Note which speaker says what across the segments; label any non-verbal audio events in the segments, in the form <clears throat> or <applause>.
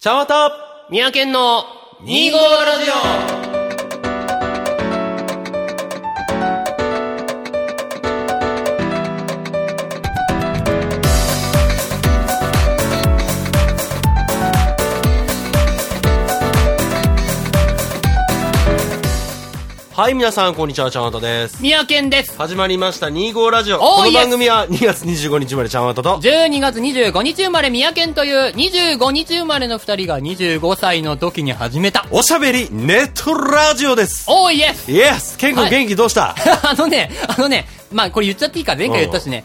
Speaker 1: 茶わた
Speaker 2: 三宅県の2号ラジ
Speaker 1: はい、皆さん、こんにちは、ちゃんわたです
Speaker 2: オ。三宅県です
Speaker 1: 始まりました、25ラジオ。
Speaker 2: おー
Speaker 1: この
Speaker 2: イエス
Speaker 1: 番組は2月25日までちゃんわたと、
Speaker 2: 12月25日生まれ三宅県という25日生まれの2人が25歳の時に始めた
Speaker 1: おしゃべりネットラジオです。
Speaker 2: おーイエス
Speaker 1: イエスケン君
Speaker 2: はい
Speaker 1: 元気どうした、
Speaker 2: <laughs> あのねあのねまあこれ言っちゃっていいか前回言ったしね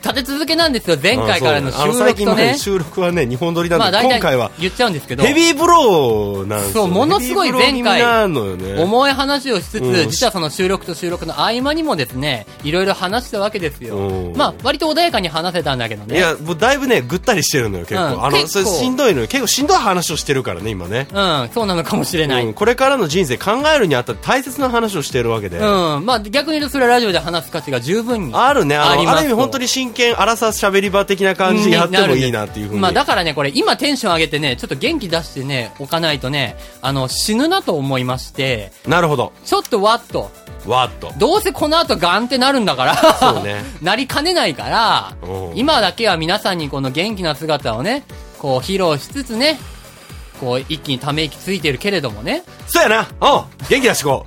Speaker 2: 立て続けなんですよ前回からの
Speaker 1: あ
Speaker 2: 収
Speaker 1: そうあ
Speaker 2: 録
Speaker 1: 最近
Speaker 2: と
Speaker 1: ま
Speaker 2: ね
Speaker 1: で収録はね、2本撮り
Speaker 2: ま
Speaker 1: な
Speaker 2: あ
Speaker 1: んで、
Speaker 2: 大
Speaker 1: 今回は
Speaker 2: 体言っちゃうんですけど
Speaker 1: ヘビーブローなんですよ。
Speaker 2: そうものすごい前回
Speaker 1: ヘビーブロー気味なのよね。
Speaker 2: 重い話をしつつ、
Speaker 1: うん
Speaker 2: 実はその収録と収録の合間にもですね、いろいろ話したわけですよ。
Speaker 1: うん
Speaker 2: まあ、割と穏やかに話せたんだけど
Speaker 1: い
Speaker 2: ね。
Speaker 1: や、もうだいぶね、ぐったりしてるのよ、結構。
Speaker 2: うん
Speaker 1: あの、
Speaker 2: 結
Speaker 1: そ
Speaker 2: 構
Speaker 1: れしんどいのよ。結構しんどい話をしてるからね、今ね。
Speaker 2: うん、そうなのかもしれない。
Speaker 1: う
Speaker 2: う
Speaker 1: ん
Speaker 2: ん、
Speaker 1: これからの人生考えるにあたって大切な話をしてるわけで。
Speaker 2: まあ、逆に言うとそれはラジオで話す価値が十分に。
Speaker 1: あるね。あ
Speaker 2: あ
Speaker 1: の
Speaker 2: り
Speaker 1: あ
Speaker 2: ます
Speaker 1: る意味本当に真剣、荒さしゃべり場的な感じでやってもいいなっていうふうに。
Speaker 2: まあ、だからね、これ、今テンション上げてね、ちょっと元気出してね、置かないとね、あの、死ぬなと思いまして、
Speaker 1: なるほど。
Speaker 2: ちょっとわっと、
Speaker 1: わーっと。
Speaker 2: どうせこの後ガンってなるんだから、
Speaker 1: そうね
Speaker 2: <laughs> なりかねないから
Speaker 1: うん、
Speaker 2: 今だけは皆さんにこの元気な姿をね、こう披露しつつね、こう一気にため息ついてるけれどもね、
Speaker 1: そうやな。うん。元気出してこ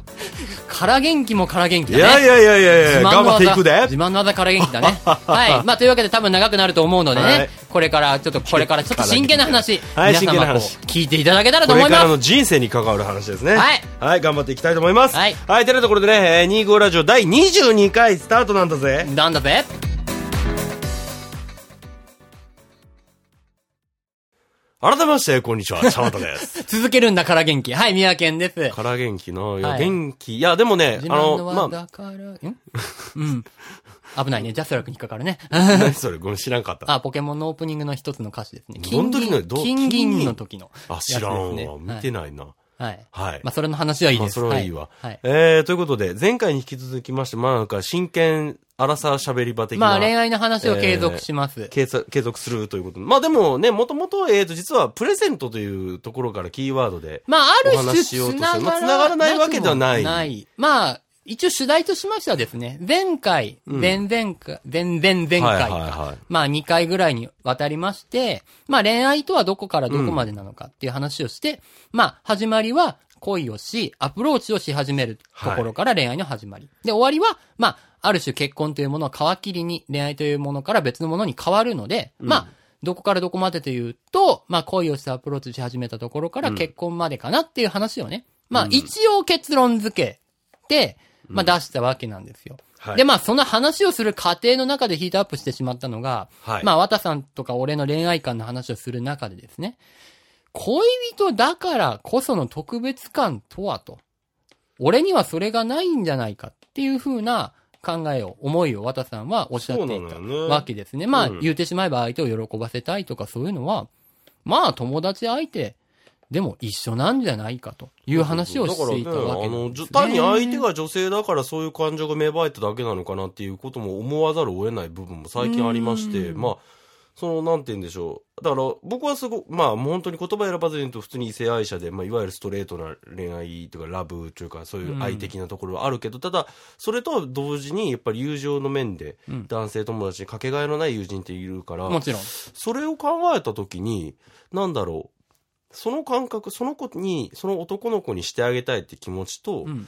Speaker 2: から元気もから元気
Speaker 1: う。
Speaker 2: だ
Speaker 1: い
Speaker 2: ね。
Speaker 1: やいやいやいやいや、
Speaker 2: 自慢
Speaker 1: 頑張
Speaker 2: の
Speaker 1: っ
Speaker 2: 技
Speaker 1: ていくで
Speaker 2: 自。慢の技から元気だね。
Speaker 1: <laughs>
Speaker 2: はい。まあ、というわけで多分長くなると思うのでね、
Speaker 1: はい
Speaker 2: これから、ちょっと、これからちょっと真剣な話、
Speaker 1: はい
Speaker 2: 皆
Speaker 1: 真剣な
Speaker 2: 様こう
Speaker 1: 話
Speaker 2: 聞いていただけたらと
Speaker 1: こ
Speaker 2: 思
Speaker 1: れ
Speaker 2: い
Speaker 1: から
Speaker 2: ま
Speaker 1: の人生に関わる話ですね。
Speaker 2: はい。
Speaker 1: はい、頑張っていきたいと思います。
Speaker 2: はい
Speaker 1: はい、てなところでね、えー25ラジオ第22回スタートなんだぜ
Speaker 2: す。。なんだぜ。
Speaker 1: 改めまして、こんに
Speaker 2: <laughs>
Speaker 1: ちは。ちゃまたです。
Speaker 2: 続けるんだから元気。はい、三宅健です。
Speaker 1: から元気の、いや、
Speaker 2: はい
Speaker 1: 元気。いや、でもね、
Speaker 2: 自
Speaker 1: あ
Speaker 2: 慢の
Speaker 1: の、
Speaker 2: は
Speaker 1: まあ、
Speaker 2: だから、んうん。危ないね。ジャスラックに引っかか
Speaker 1: <laughs>
Speaker 2: るね。
Speaker 1: 何それ、ごめん、知らんかった。
Speaker 2: あ、ポケモンのオープニングの一つの歌詞ですね。
Speaker 1: どの時のどう
Speaker 2: 金
Speaker 1: 金銀
Speaker 2: 銀の時の
Speaker 1: あ、知らんわ。見て
Speaker 2: ない。
Speaker 1: ないな。
Speaker 2: はい。
Speaker 1: はい。
Speaker 2: まあ、それの話はいい
Speaker 1: ま
Speaker 2: で
Speaker 1: あ、
Speaker 2: す。
Speaker 1: それはいいわ。
Speaker 2: はい。
Speaker 1: えー、ということで、前回に引き続きまして、まあ、なんか、真剣、荒さ喋り場的な。
Speaker 2: まあ、恋愛の話を継続します。
Speaker 1: 継続継続するということ。まあでもね、もともと、えーと、実はプレゼントというところからキーワードで。
Speaker 2: まあ、あ
Speaker 1: お
Speaker 2: る
Speaker 1: 話
Speaker 2: 種
Speaker 1: ししよう
Speaker 2: つ
Speaker 1: と
Speaker 2: な
Speaker 1: するまあ
Speaker 2: がら、
Speaker 1: 繋がらないわけではない
Speaker 2: くもない。まあ、一応主題としましてはですね、前回、前々回、前々前々
Speaker 1: はい
Speaker 2: 回
Speaker 1: はいは
Speaker 2: か
Speaker 1: い、
Speaker 2: まあ2回ぐらいにわたりまして、まあ恋愛とはどこからどこまでなのかっていう話をして、まあ始まりは恋をし、アプローチをし始めるところから恋愛の始まり。で、終わりは、まあ、ある種結婚というものを皮切りに恋愛というものから別のものに変わるので、まあ、どこからどこまでというと、まあ恋をしてアプローチし始めたところから結婚までかなっていう話をね、まあ一応結論付けて、まあ出したわけなんですよ。
Speaker 1: はい
Speaker 2: で、まあその話をする過程の中でヒートアップしてしまったのが、
Speaker 1: はい
Speaker 2: まあ綿さんとか俺の恋愛観の話をする中でですね、恋人だからこその特別感とはと。俺にはそれがないんじゃないかっていう風な考えを、思いを綿さんはおっしゃってい
Speaker 1: そうな
Speaker 2: た
Speaker 1: のよね
Speaker 2: わけですね。まあ、
Speaker 1: うん
Speaker 2: 言ってしまえば相手を喜ばせたいとかそういうのは、まあ友達相手でも一緒なんじゃないかという話をしていたわけ
Speaker 1: だからね
Speaker 2: な
Speaker 1: あ
Speaker 2: ん
Speaker 1: の
Speaker 2: です、ね
Speaker 1: じ。単に相手が女性だからそういう感情が芽生えただけなのかなっていうことも思わざるを得ない部分も最近ありまして、
Speaker 2: うん
Speaker 1: まあ、その、なんて言うんでしょう。だから、僕はすごまあ、もう本当に言葉選ばずに言うと、普通に異性愛者で、まあ、いわゆるストレートな恋愛というか、ラブというか、そういう愛的なところはあるけど、ただ、それとは同時に、やっぱり友情の面で、
Speaker 2: うん
Speaker 1: 男性友達にかけがえのない友人っているから、
Speaker 2: もちろん。
Speaker 1: それを考えたときに、なんだろう。その感覚、その子に、その男の子にしてあげたいって気持ちと、
Speaker 2: うん。
Speaker 1: うん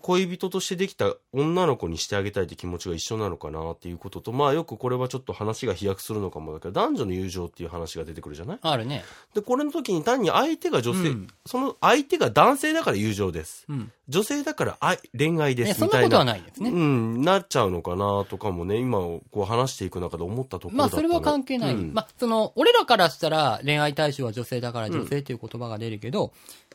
Speaker 1: 恋人としてできた女の子にしてあげたいって気持ちが一緒なのかなっていうことと、まあよくこれはちょっと話が飛躍するのかもだけど、男女の友情っていう話が出てくるじゃない
Speaker 2: あるね。
Speaker 1: で、これの時に単に相手が女性、
Speaker 2: うん
Speaker 1: その相手が男性だから友情です。
Speaker 2: うん。
Speaker 1: 女性だから愛恋愛で
Speaker 2: ね
Speaker 1: す
Speaker 2: そん
Speaker 1: みた
Speaker 2: な
Speaker 1: な。
Speaker 2: いことはないですね。
Speaker 1: うん、なっちゃうのかなとかもね、今こう話していく中で思ったところだ
Speaker 2: まあ、
Speaker 1: った
Speaker 2: そ
Speaker 1: の
Speaker 2: れは関係ない。
Speaker 1: うん
Speaker 2: まあ、その、俺らからしたら恋愛対象は女性だから女性という言葉が出るけど、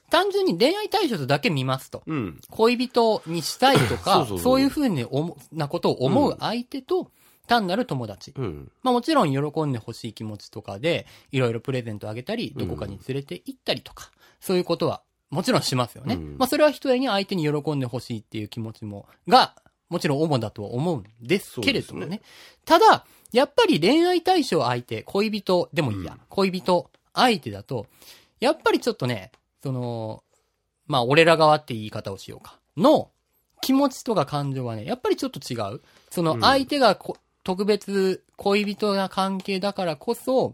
Speaker 2: 単純に恋愛対象とだけ見ますと。
Speaker 1: うん。
Speaker 2: 恋人にしたいと
Speaker 1: そうそう
Speaker 2: か、
Speaker 1: そう
Speaker 2: そういうふうに思うなことを思う相手と、単なる友達。
Speaker 1: うん。
Speaker 2: まあもちろん喜んでほしい気持ちとかで、いろいろプレゼントあげたり、どこかに連れて行ったりとか、そういうことは、もちろんしますよね。
Speaker 1: うん
Speaker 2: まあそれは人に相手に喜んでほしいっていう気持ちも、が、もちろん主だとは思うんですけれども
Speaker 1: そう
Speaker 2: ね。
Speaker 1: です
Speaker 2: ただ、やっぱり恋愛対象相手、恋人でもいいや、恋人相手だと、やっぱりちょっとね、その、まあ、俺ら側って言い方をしようか。の、気持ちとか感情はね、やっぱりちょっと違う。その、相手がこ、特別恋人な関係だからこそ、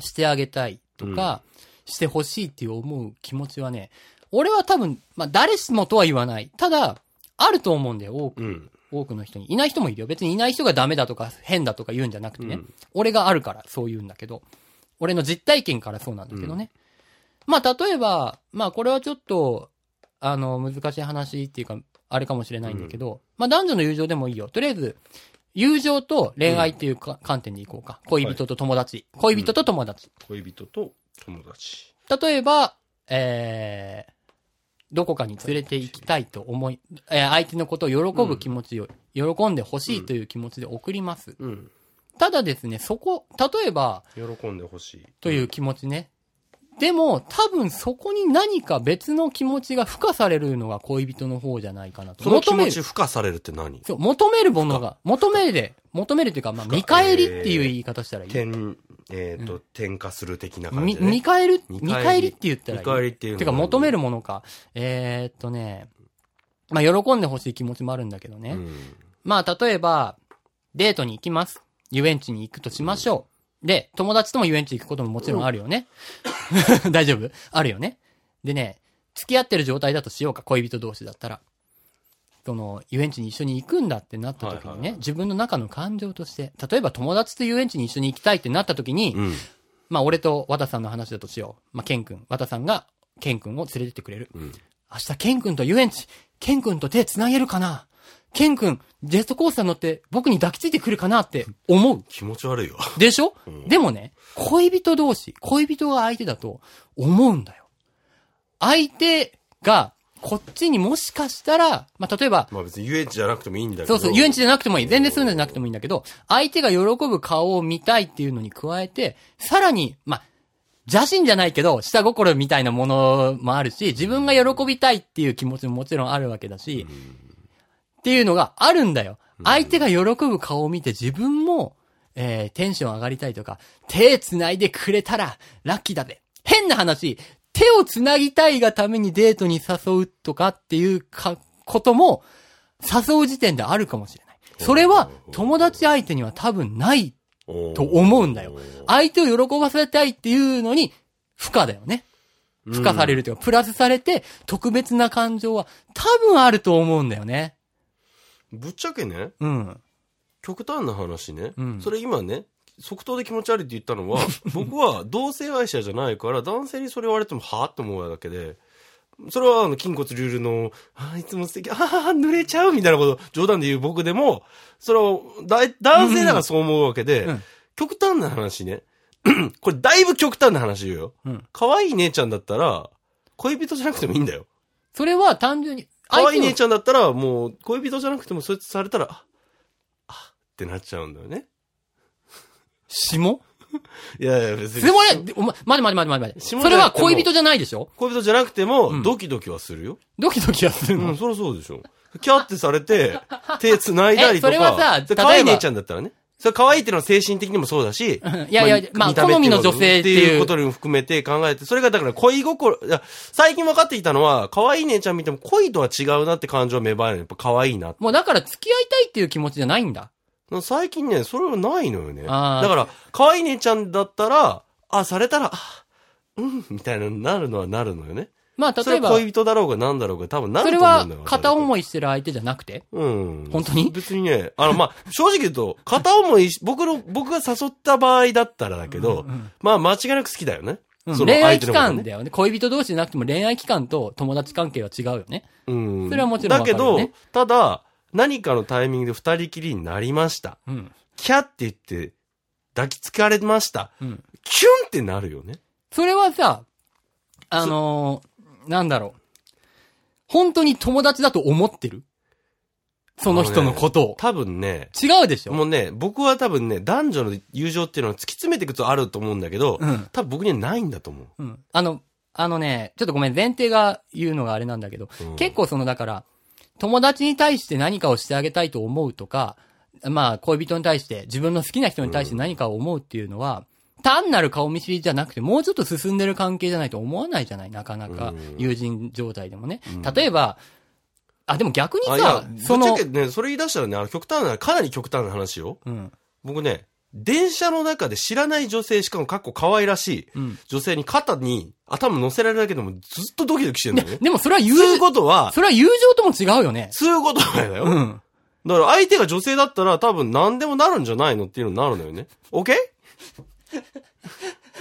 Speaker 2: してあげたいとか、してほしいっていう思う気持ちはね、俺は多分、まあ、誰しもとは言わない。ただ、あると思うんだよ、多く。
Speaker 1: うん。
Speaker 2: 多くの人に。いない人もいるよ。別にいない人がダメだとか変だとか言うんじゃなくてね。俺があるからそう言うんだけど。俺の実体験からそうなんだけどね。まあ、例えば、まあ、これはちょっと、あの、難しい話っていうか、あれかもしれないんだけど、まあ、男女の友情でもいいよ。とりあえず、友情と恋愛っていうか、観点でいこうか。恋人と友達。恋人と友達。
Speaker 1: 恋人と友達。
Speaker 2: 例えば、えー、どこかに連れて行きたいと思い、えー相手のことを喜ぶ気持ちを、喜んでほしいという気持ちで送ります。
Speaker 1: うん。
Speaker 2: ただですね、そこ、例えば、
Speaker 1: 喜んでほしい。
Speaker 2: という気持ちね。でも、多分そこに何か別の気持ちが付加されるのが恋人の方じゃないかなと。
Speaker 1: その気
Speaker 2: 求め
Speaker 1: 持
Speaker 2: る
Speaker 1: ち。付加されるって何
Speaker 2: そう、求めるものが、求めるで、求めるというか、まあ、
Speaker 1: 付加
Speaker 2: 見返りっていう言い方したらいい。
Speaker 1: 転、えっ、と、転化する的な感
Speaker 2: み
Speaker 1: じ、ね。
Speaker 2: 見返る、
Speaker 1: 見
Speaker 2: 見
Speaker 1: 返り
Speaker 2: 返りって言ったらいい。
Speaker 1: 見返りっていうのは
Speaker 2: てか求めるものか。えー、っとね、まあ、喜んでほしい気持ちもあるんだけどね。
Speaker 1: うん。
Speaker 2: まあ、例えば、デートに行きます。遊園地に行くとしましょう。で、友達とも遊園地行くことももちろんあるよね。 <laughs> 大丈夫あるよね。でね、付き合ってる状態だとしようか、恋人同士だったら。その、遊園地に一緒に行くんだってなった時にね、
Speaker 1: はいはいはい
Speaker 2: 自分の中の感情として、例えば友達と遊園地に一緒に行きたいってなった時に、
Speaker 1: うん。
Speaker 2: まあ、俺と和田さんの話だとしよう。まあ、ケン君。和田さんが、ケン君を連れてってくれる。
Speaker 1: ん
Speaker 2: 明日、ケン君と遊園地。ケン君と手繋げるかなケン君、ジェットコースター乗って僕に抱きついてくるかなって思う。
Speaker 1: 気持ち悪いわ。
Speaker 2: でしょ、でもね、恋人同士、恋人が相手だと思うんだよ。相手が、こっちにもしかしたら、まあ、例えば、
Speaker 1: まあ別に遊園地じゃなくてもいいんだけど。
Speaker 2: そうそう、遊園
Speaker 1: 地。
Speaker 2: 地じゃなくてもいい。全然そういうのじゃなくてもいいんだけど、相手が喜ぶ顔を見たいっていうのに加えて、さらに、まあ、邪心じゃないけど、下心みたいなものもあるし、自分が喜びたいっていう気持ちももちろんあるわけだし、っていうのがあるんだよ。相手が喜ぶ顔を見て自分も、えー、テンション上がりたいとか、手繋いでくれたらラッキーだぜ。変な話、手を繋ぎたいがためにデートに誘うとかっていうか、ことも、誘う時点であるかもしれない。それは友達相手には多分ない。と思うんだよ相手を喜ばせたいっていうのに、負荷だよね。
Speaker 1: うん。
Speaker 2: 付加されるというか、プラスされて、特別な感情は多分あると思うんだよね。
Speaker 1: ぶっちゃけね、
Speaker 2: うん。
Speaker 1: 極端な話ね、
Speaker 2: うん
Speaker 1: それ今ね即答で気持ち悪いって言ったの
Speaker 2: <laughs>
Speaker 1: は僕は同性愛者じゃないから男性にそれ言われてもはあって思うだけでそれはあの筋骨隆々のあーいつも素敵ああ濡れちゃうみたいなこと冗談で言う僕でもそれはだい男性だからそう思うわけで、
Speaker 2: うんうん
Speaker 1: 極端な話ね <clears throat> これだいぶ極端な話言うよ
Speaker 2: うん。
Speaker 1: 可愛い姉ちゃんだったら恋人じゃなくてもいいんだよ
Speaker 2: それは単純に、
Speaker 1: 可愛い
Speaker 2: を
Speaker 1: 姉ちゃんだったら、もう、恋人じゃなくても、そいつされたら、あ、あってなっちゃうんだよね。
Speaker 2: 下
Speaker 1: いやいや、別
Speaker 2: そ
Speaker 1: に。
Speaker 2: れもね、お前、待て待て待て待て待
Speaker 1: 下
Speaker 2: て。
Speaker 1: ネタ
Speaker 2: それは恋人じゃないでしょ
Speaker 1: 恋人じゃなくても、
Speaker 2: ん
Speaker 1: ドキドキはするよ。
Speaker 2: ドキドキはする
Speaker 1: う
Speaker 2: の。
Speaker 1: ん、そりゃそうでしょ。キャってされ
Speaker 2: <laughs>
Speaker 1: て、手繋いだりとか。
Speaker 2: えそれはさ
Speaker 1: で可愛い
Speaker 2: 例えば
Speaker 1: 姉ちゃんだったらね。それ可愛いっていうのは精神的にもそうだし。
Speaker 2: んいやいやまあ
Speaker 1: 見た目っていう
Speaker 2: 好みの女性っていう
Speaker 1: っていうことにも含めて考えて、それがだから恋心、いや、最近分かってきたのは、可愛い姉ちゃん見ても恋とは違うなって感情は芽生えるの。やっぱ可愛いなって
Speaker 2: もうだから付き合いたいっていう気持ちじゃないんだ。
Speaker 1: 最近ね、それはないのよね。だ
Speaker 2: あー
Speaker 1: から、可愛い姉ちゃんだったら、あ、されたら、あうん、みたいなのになるのはなるのよね。
Speaker 2: まあ
Speaker 1: そ
Speaker 2: 例
Speaker 1: れ
Speaker 2: えば、
Speaker 1: は
Speaker 2: そ
Speaker 1: 恋人だろうが何だろうが多分なる
Speaker 2: れ
Speaker 1: と思う
Speaker 2: は
Speaker 1: んだよ。
Speaker 2: 片
Speaker 1: い。
Speaker 2: 思いしてる相手じゃなくて
Speaker 1: うん。
Speaker 2: 本当に
Speaker 1: 別にね、あの、まあ、正直言う
Speaker 2: <laughs>
Speaker 1: と、片思いし、僕の、僕が誘った場合だったらだけど、まあ、間違いなく好きだよね。
Speaker 2: うん
Speaker 1: その
Speaker 2: 恋愛
Speaker 1: 相手
Speaker 2: 期
Speaker 1: のことね
Speaker 2: 間だよね。恋人同士じゃなくても恋愛期間と友達関係は違うよね。
Speaker 1: うん。
Speaker 2: それはもちろん
Speaker 1: だ
Speaker 2: わか
Speaker 1: け
Speaker 2: るよ
Speaker 1: ど
Speaker 2: ね、
Speaker 1: ただ、何かのタイミングで二人きりになりました。
Speaker 2: うん。
Speaker 1: キャって言って、抱きつかれました。
Speaker 2: うん。
Speaker 1: キュンってなるよね。
Speaker 2: それはさ、あのーなんだろう。本当に友達だと思ってるその人のことを。
Speaker 1: 多分ね、
Speaker 2: 違うでしょ
Speaker 1: もうね、僕は多分ね、男女の友情っていうのは突き詰めていくとあると思うんだけど、
Speaker 2: うん
Speaker 1: 多分僕にはないんだと思う。
Speaker 2: うん。あの、あのね、ちょっとごめん、前提が言うのがあれなんだけど、
Speaker 1: うん
Speaker 2: 結構その、だから、友達に対して何かをしてあげたいと思うとか、まあ、恋人に対して、自分の好きな人に対して何かを思うっていうのは、単なる顔見知りじゃなくて、もうちょっと進んでる関係じゃないと思わないじゃないなかなか
Speaker 1: うん、
Speaker 2: 友人状態でもね
Speaker 1: うん。
Speaker 2: 例えば、あ、でも逆に
Speaker 1: あ、いや
Speaker 2: さ、、
Speaker 1: ぶ
Speaker 2: そ
Speaker 1: っちゃ
Speaker 2: の
Speaker 1: け、ね、それ言い出したらね、あの極端な、かなり極端な話よ。
Speaker 2: うん。
Speaker 1: 僕ね、電車の中で知らない女性、しかもかっこ可愛らしい、
Speaker 2: うん。
Speaker 1: 女性に肩に頭乗せられるだけでもずっとドキドキしてるのね。
Speaker 2: でもそれは友
Speaker 1: そういう
Speaker 2: 情、
Speaker 1: ことは、
Speaker 2: それは友情とも違うよね。
Speaker 1: そういうことなんだよ。
Speaker 2: うん。
Speaker 1: だから相手が女性だったら多分何でもなるんじゃないのっていうのになるのよね。OK?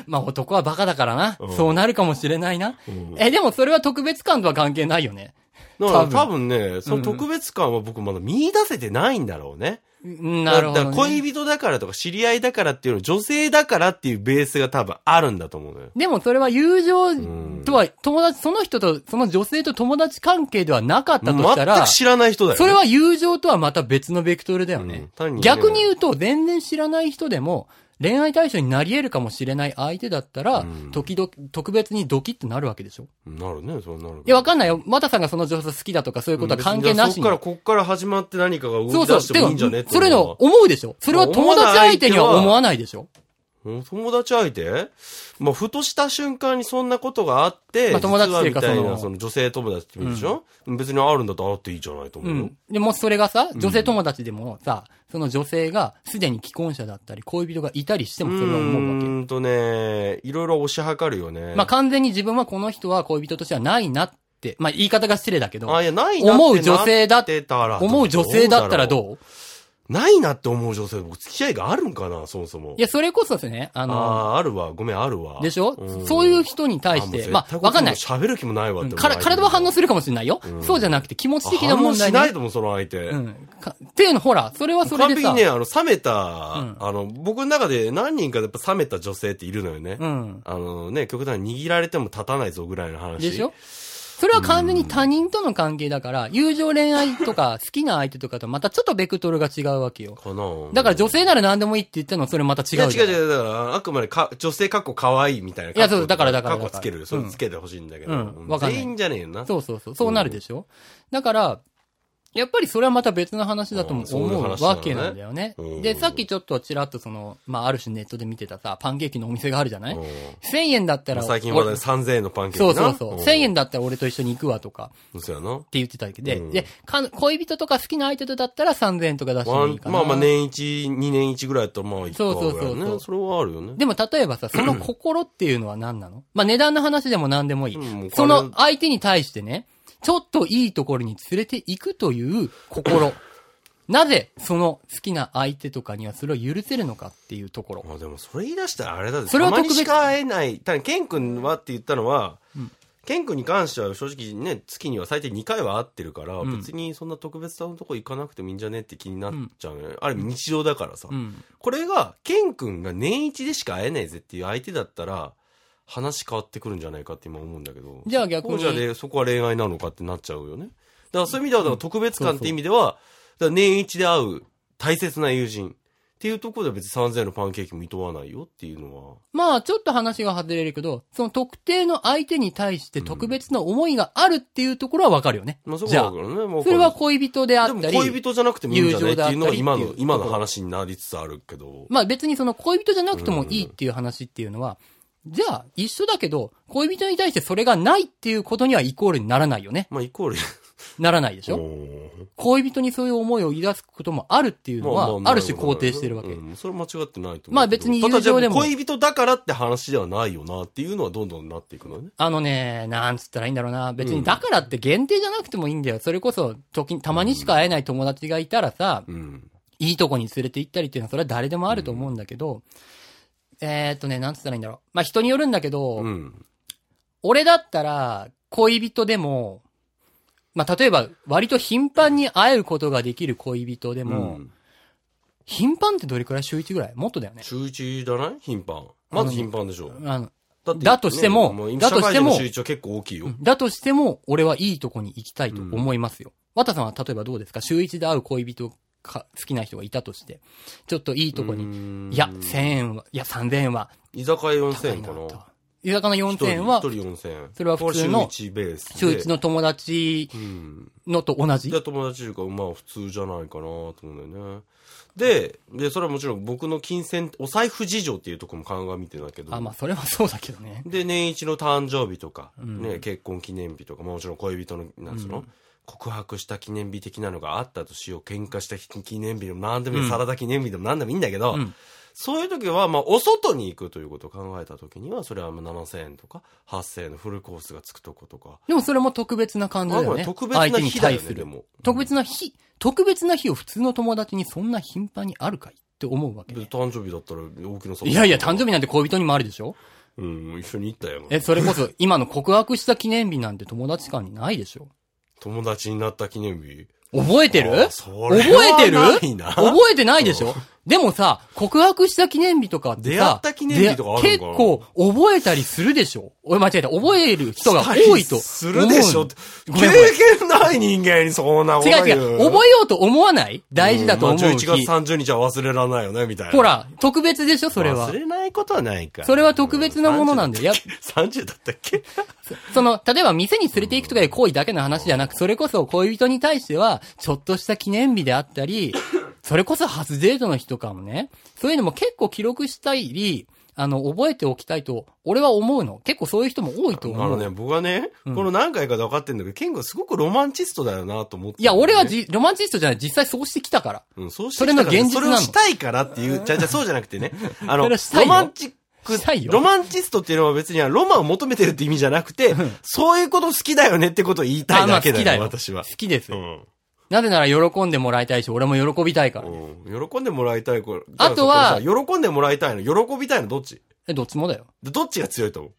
Speaker 2: まあ男はバカだからな
Speaker 1: うん。
Speaker 2: そうなるかもしれないな
Speaker 1: うん。
Speaker 2: え、でもそれは特別感とは関係ないよね。
Speaker 1: だから
Speaker 2: 多分
Speaker 1: 多分ね、その特別感は僕まだ見出せてないんだろうね。
Speaker 2: うんなるほ
Speaker 1: だ
Speaker 2: ど
Speaker 1: か
Speaker 2: ね。
Speaker 1: ら恋人だからとか知り合いだからっていうの、女性だからっていうベースが多分あるんだと思うのよ。
Speaker 2: でもそれは友
Speaker 1: ん
Speaker 2: 情とは、友達、その人と、その女性と友達関係ではなかったとした
Speaker 1: 全
Speaker 2: ら
Speaker 1: く、知らない人だよ、ね。
Speaker 2: それは友情とはまた別のベクトルだよ
Speaker 1: うん
Speaker 2: ね。
Speaker 1: 単にね
Speaker 2: 逆に言うと、全然知らない人でも、恋愛対象になり得るかもしれない相手だった
Speaker 1: う
Speaker 2: ら
Speaker 1: ん、
Speaker 2: 時々、特別にドキってなるわけでしょ
Speaker 1: なるね、そうなる。
Speaker 2: いや、わかんないよ。またさんがその女性好きだとかそういうことは関係な
Speaker 1: そ
Speaker 2: しに
Speaker 1: っか。ら、こっから始まって何かが
Speaker 2: そ
Speaker 1: 動
Speaker 2: う
Speaker 1: き出
Speaker 2: そう。
Speaker 1: してもいいんじゃね
Speaker 2: て
Speaker 1: っ
Speaker 2: か
Speaker 1: て
Speaker 2: それ
Speaker 1: の
Speaker 2: の、思うでしょそれは友達相手には思わないでしょ
Speaker 1: お友達相手まあ、ふとした瞬間にそんなことがあって、
Speaker 2: まあ友達っていうか
Speaker 1: 実はみたいな、
Speaker 2: その
Speaker 1: その女性友達って意味でしょ、別にあるんだとあっていいじゃないと思
Speaker 2: う
Speaker 1: うよ。
Speaker 2: ん。でもそれがさ、女性友達でもさ、その女性がすでに既婚者だったり、恋人がいたりして
Speaker 1: う
Speaker 2: もそれは思うわけ。
Speaker 1: ーんとね、いろいろ推し量るよね。
Speaker 2: まあ完全に自分はこの人は恋人としてはないなって、まあ言い方が失礼だけど、
Speaker 1: あ、いや、ないなって
Speaker 2: 思う女性だ
Speaker 1: なってたら。
Speaker 2: 思う女性だったら
Speaker 1: う
Speaker 2: どう
Speaker 1: ないなって思う女性、僕付き合いがあるんかな、そもそも。
Speaker 2: いや、それこそですね、あ
Speaker 1: あ
Speaker 2: の、
Speaker 1: あー、あるわ。ごめん、あるわ。
Speaker 2: でしょ
Speaker 1: ん
Speaker 2: そういう人に対して、まあわかんない。
Speaker 1: 喋る気もないわって思う。
Speaker 2: から体は反応するかもしれないよ
Speaker 1: うん。
Speaker 2: そうじゃなくて気持ち的な
Speaker 1: 反応
Speaker 2: 問題
Speaker 1: し
Speaker 2: ね
Speaker 1: ないと思う、その相手。
Speaker 2: うん。かっていうの、ほら、それはそれ
Speaker 1: 完
Speaker 2: で
Speaker 1: 璧
Speaker 2: さ
Speaker 1: に、ね、あの、冷めた、
Speaker 2: ん
Speaker 1: あの、僕の中で何人かやっぱ冷めた女性っているのよね。
Speaker 2: うん。
Speaker 1: あのね、極端に握られても立たないぞぐらいの話。
Speaker 2: でしょそれは完全に他人との関係だから、友情恋愛とか好きな相手とかとまたちょっとベクトルが違うわけよ。
Speaker 1: かな
Speaker 2: だから女
Speaker 1: 性
Speaker 2: 性なら何でもいいって言ったのはそれまた違
Speaker 1: 違う
Speaker 2: うじ
Speaker 1: 違
Speaker 2: ゃ。
Speaker 1: うん違う。だから、あくまでか女性かっこ可愛いみたいな。
Speaker 2: いやそうだからだから
Speaker 1: かっこつける。
Speaker 2: だ
Speaker 1: そ
Speaker 2: から
Speaker 1: れつけてほしいんだけど。
Speaker 2: うんうんわかんない
Speaker 1: 全員じゃねえよな。
Speaker 2: そうそうそう。そうなるでしょ、だから、やっぱりそれはまた別の話だとも
Speaker 1: うんそういう
Speaker 2: 思
Speaker 1: 話だよ
Speaker 2: う
Speaker 1: ね
Speaker 2: わけなんだよね。
Speaker 1: うん
Speaker 2: で、さっきちょっとちらっとその、まあ、ある種ネットで見てたさ、パンケーキのお店があるじゃない、
Speaker 1: うん
Speaker 2: ?1000 円だったら、
Speaker 1: 最近話題
Speaker 2: 俺
Speaker 1: の3000円のパンケーキ
Speaker 2: そうそ
Speaker 1: な
Speaker 2: うそう。
Speaker 1: ん
Speaker 2: 1000円だったら俺と一緒に行くわとかっ
Speaker 1: そうやな。
Speaker 2: て言ってたわけで、
Speaker 1: うん
Speaker 2: でか、恋人とか好きな相手とだったら3000円とか出して
Speaker 1: ワ
Speaker 2: もい
Speaker 1: ン
Speaker 2: いかな。
Speaker 1: まあまあ年一、2年一ぐらいやったらまあいいかぐらいね。
Speaker 2: そうそうそうそう
Speaker 1: それはあるよね。
Speaker 2: でも例えばさ、その心っていうのは何なの <clears throat> まあ値段の話でも何でもいい。
Speaker 1: うんもうこ
Speaker 2: そ
Speaker 1: れ
Speaker 2: の相手に対してね、ちょっといいところに連れて行くという
Speaker 1: <laughs>
Speaker 2: 心。なぜ、その好きな相手とかにはそれを許せるのかっていうところ。
Speaker 1: まあでもそれ言い出したらあれだぜ。
Speaker 2: それは
Speaker 1: たまに
Speaker 2: 特別
Speaker 1: しか会えない。ただ、ケン君はって言ったのは、ケン君に関しては正直ね、月には最低2回は会ってるから、
Speaker 2: うん
Speaker 1: 別にそんな特別なとこ行かなくてもいいんじゃねって気になっちゃうのよ、あれ日常だからさ。
Speaker 2: うん。
Speaker 1: これが、ケン君が年一でしか会えないぜっていう相手だったら、話変わってくるんじゃないかって今思うんだけど。
Speaker 2: じゃあ逆に
Speaker 1: そこじゃれそこは恋愛なのかってなっちゃうよね。だからそういう意味では、だから特別感って意味では、だから年一で会う大切な友人っていうところでは別に3000円のパンケーキも厭わないよっていうのは。
Speaker 2: まあ、ちょっと話が外れるけど、その特定の相手に対して特別な思いがあるっていうところはわかるよね。
Speaker 1: まあそこ
Speaker 2: じゃ
Speaker 1: は
Speaker 2: あ
Speaker 1: だ、からね、もう
Speaker 2: それは恋人であ
Speaker 1: で
Speaker 2: っ
Speaker 1: も
Speaker 2: たり。
Speaker 1: 恋人じゃなくてもいいんじゃないっていうのが今
Speaker 2: 友情
Speaker 1: の
Speaker 2: だっ、たりっていう
Speaker 1: 今の話になりつつあるけど。
Speaker 2: まあ別にその恋人じゃなくてもいいっていう話っていうのは、じゃあ一緒だけど、恋人に対してそれがないっていうことにはイコールにならないよね。
Speaker 1: まあイコール。
Speaker 2: ならないでしょ
Speaker 1: うん
Speaker 2: 恋人にそういう思いを抱くこともあるっていうの
Speaker 1: ま
Speaker 2: は、ある種
Speaker 1: ま
Speaker 2: 肯定してるわけ。
Speaker 1: うんそれは間違ってないと思うけど。
Speaker 2: まあ別に友情でも
Speaker 1: ただじゃあ恋人だからって話ではないよなっていうのはどんどんなっていくのね。
Speaker 2: あのね、なんつったらいいんだろうな。別にだからって限定じゃなくてもいいんだよ。それこそ、時にたまにしか会えない友達がいたらさ、
Speaker 1: うん。
Speaker 2: いいとこに連れて行ったりっていうのはそれは誰でもあると思うんだけど、えーっとね、なんつったらいいんだろう。まあ人によるんだけど、
Speaker 1: うん。
Speaker 2: 俺だったら、恋人でも、まあ、例えば、割と頻繁に会えることができる恋人でも、
Speaker 1: うん
Speaker 2: 頻繁ってどれくらい週1ぐらいもっとだよね。
Speaker 1: 週1じゃない頻繁。まず頻繁でしょ。
Speaker 2: あの、
Speaker 1: だって
Speaker 2: だとしても
Speaker 1: ねう今
Speaker 2: だとしても
Speaker 1: 社会人の週1は結構大きいよ。
Speaker 2: だとしても、俺はいいとこに行きたいと思いますよ。綿さんは例えばどうですか週1で会う恋人か、好きな人がいたとして、ちょっといいとこに、
Speaker 1: に
Speaker 2: いや、1000円は、いや、3000円は、
Speaker 1: 居酒屋4000
Speaker 2: 高い
Speaker 1: 円
Speaker 2: な
Speaker 1: かな。
Speaker 2: と。豊かな4点は
Speaker 1: 一、人4000
Speaker 2: それは普通の
Speaker 1: こ週1ベースで。
Speaker 2: 週一の友達
Speaker 1: うん。
Speaker 2: のと同じ
Speaker 1: で、。友達というか、まあ普通じゃないかなと思うんだよね。で、で、それはもちろん僕の金銭、お財布事情っていうところも鑑みてたけど。
Speaker 2: あ、まあ、それはそうだけどね。
Speaker 1: で、年一の誕生日とか、ね、結婚記念日とか、まあもちろん恋人の、なんつうの、告白した記念日的なのがあったとしよう。喧嘩した記念日でも何でもいい、サラダ記念日でも何でもいいんだけど、
Speaker 2: うん
Speaker 1: そういう時は、まあ、お外に行くということを考えた時には、それはまあ7000円とか、8000円のフルコースがつくとことか。
Speaker 2: でもそれも特別な感じだ
Speaker 1: あこ
Speaker 2: よ
Speaker 1: れ
Speaker 2: ね。
Speaker 1: 特別な日だよ
Speaker 2: 相手に対
Speaker 1: ね、
Speaker 2: す
Speaker 1: で
Speaker 2: る。
Speaker 1: も。
Speaker 2: 特別な日、特別な日を普通の友達にそんな頻繁にあるかいって思うわけ
Speaker 1: で、
Speaker 2: ね。
Speaker 1: 誕生日だったら大きな差
Speaker 2: いやいや、誕生日なんて恋人にもあるでしょ
Speaker 1: 日うん、一緒に行ったよ。
Speaker 2: え、それ
Speaker 1: <laughs>
Speaker 2: こそ今の告白した記念日なんて友達間にないでしょ
Speaker 1: 友達になった記念日。
Speaker 2: 覚えてる
Speaker 1: あそれは
Speaker 2: 覚えてる
Speaker 1: ないな
Speaker 2: 覚えてないでしょでもさ、告白した記念日とかってさ
Speaker 1: 出会った記念日とかあるのかな
Speaker 2: で結構覚えたりするでしょおい、間違えた。覚える人が多いと思う。
Speaker 1: するでしょって
Speaker 2: ご
Speaker 1: 経
Speaker 2: めんごめん
Speaker 1: 験ない人間にそんなこと
Speaker 2: 違う
Speaker 1: 言
Speaker 2: 違う。覚えようと思わない大事だと思う日、
Speaker 1: んまあ11月30日は忘れられないよね、みたいな。
Speaker 2: ほ、ら、特別でしょそれは
Speaker 1: 忘。れないことはないか。
Speaker 2: それは特別なものなんだよ。いや、
Speaker 1: 30だったっけ
Speaker 2: その、例えば店に連れて行くとかいう行為だけの話じゃなく、それこそ恋人に対しては、ちょっとした記念日であっ
Speaker 1: <laughs>
Speaker 2: たり、それこそ初デートの日とかもね、そういうのも結構記録したいり、あの、覚えておきたいと、俺は思うの。結構そういう人も多いと
Speaker 1: あ
Speaker 2: 思
Speaker 1: の
Speaker 2: う。
Speaker 1: ね、僕はね、
Speaker 2: うん
Speaker 1: この何回かで分かってんだけど、ケンゴすごくロマンチストだよなと思って、
Speaker 2: いや、俺は、じ、ロマンチストじゃない。実際そうしてきたから。
Speaker 1: うん、そうして
Speaker 2: それの現実なの
Speaker 1: それをしたいからっていう、じゃあじゃあそうじゃなくてね、あの、
Speaker 2: それ
Speaker 1: ロ
Speaker 2: はしたいよ
Speaker 1: マンチック
Speaker 2: したい、よ
Speaker 1: ロマンチストっていうのは別にはロマンを求めてるって意味じゃなくて、そういうこと好きだよねってことを言いた
Speaker 2: あ
Speaker 1: い
Speaker 2: まあ
Speaker 1: だけだ
Speaker 2: 好
Speaker 1: よ、
Speaker 2: きだよ
Speaker 1: 私は
Speaker 2: 好。きです
Speaker 1: う。ん。
Speaker 2: なぜなら喜んでもらいたいし、俺も喜びたいから。
Speaker 1: うん、喜んでもらいたいから。
Speaker 2: あとは
Speaker 1: じゃあさ喜んでもらいたいの、喜びたいの、どっち
Speaker 2: え、どっちもだよ。
Speaker 1: でどっちが強いと思う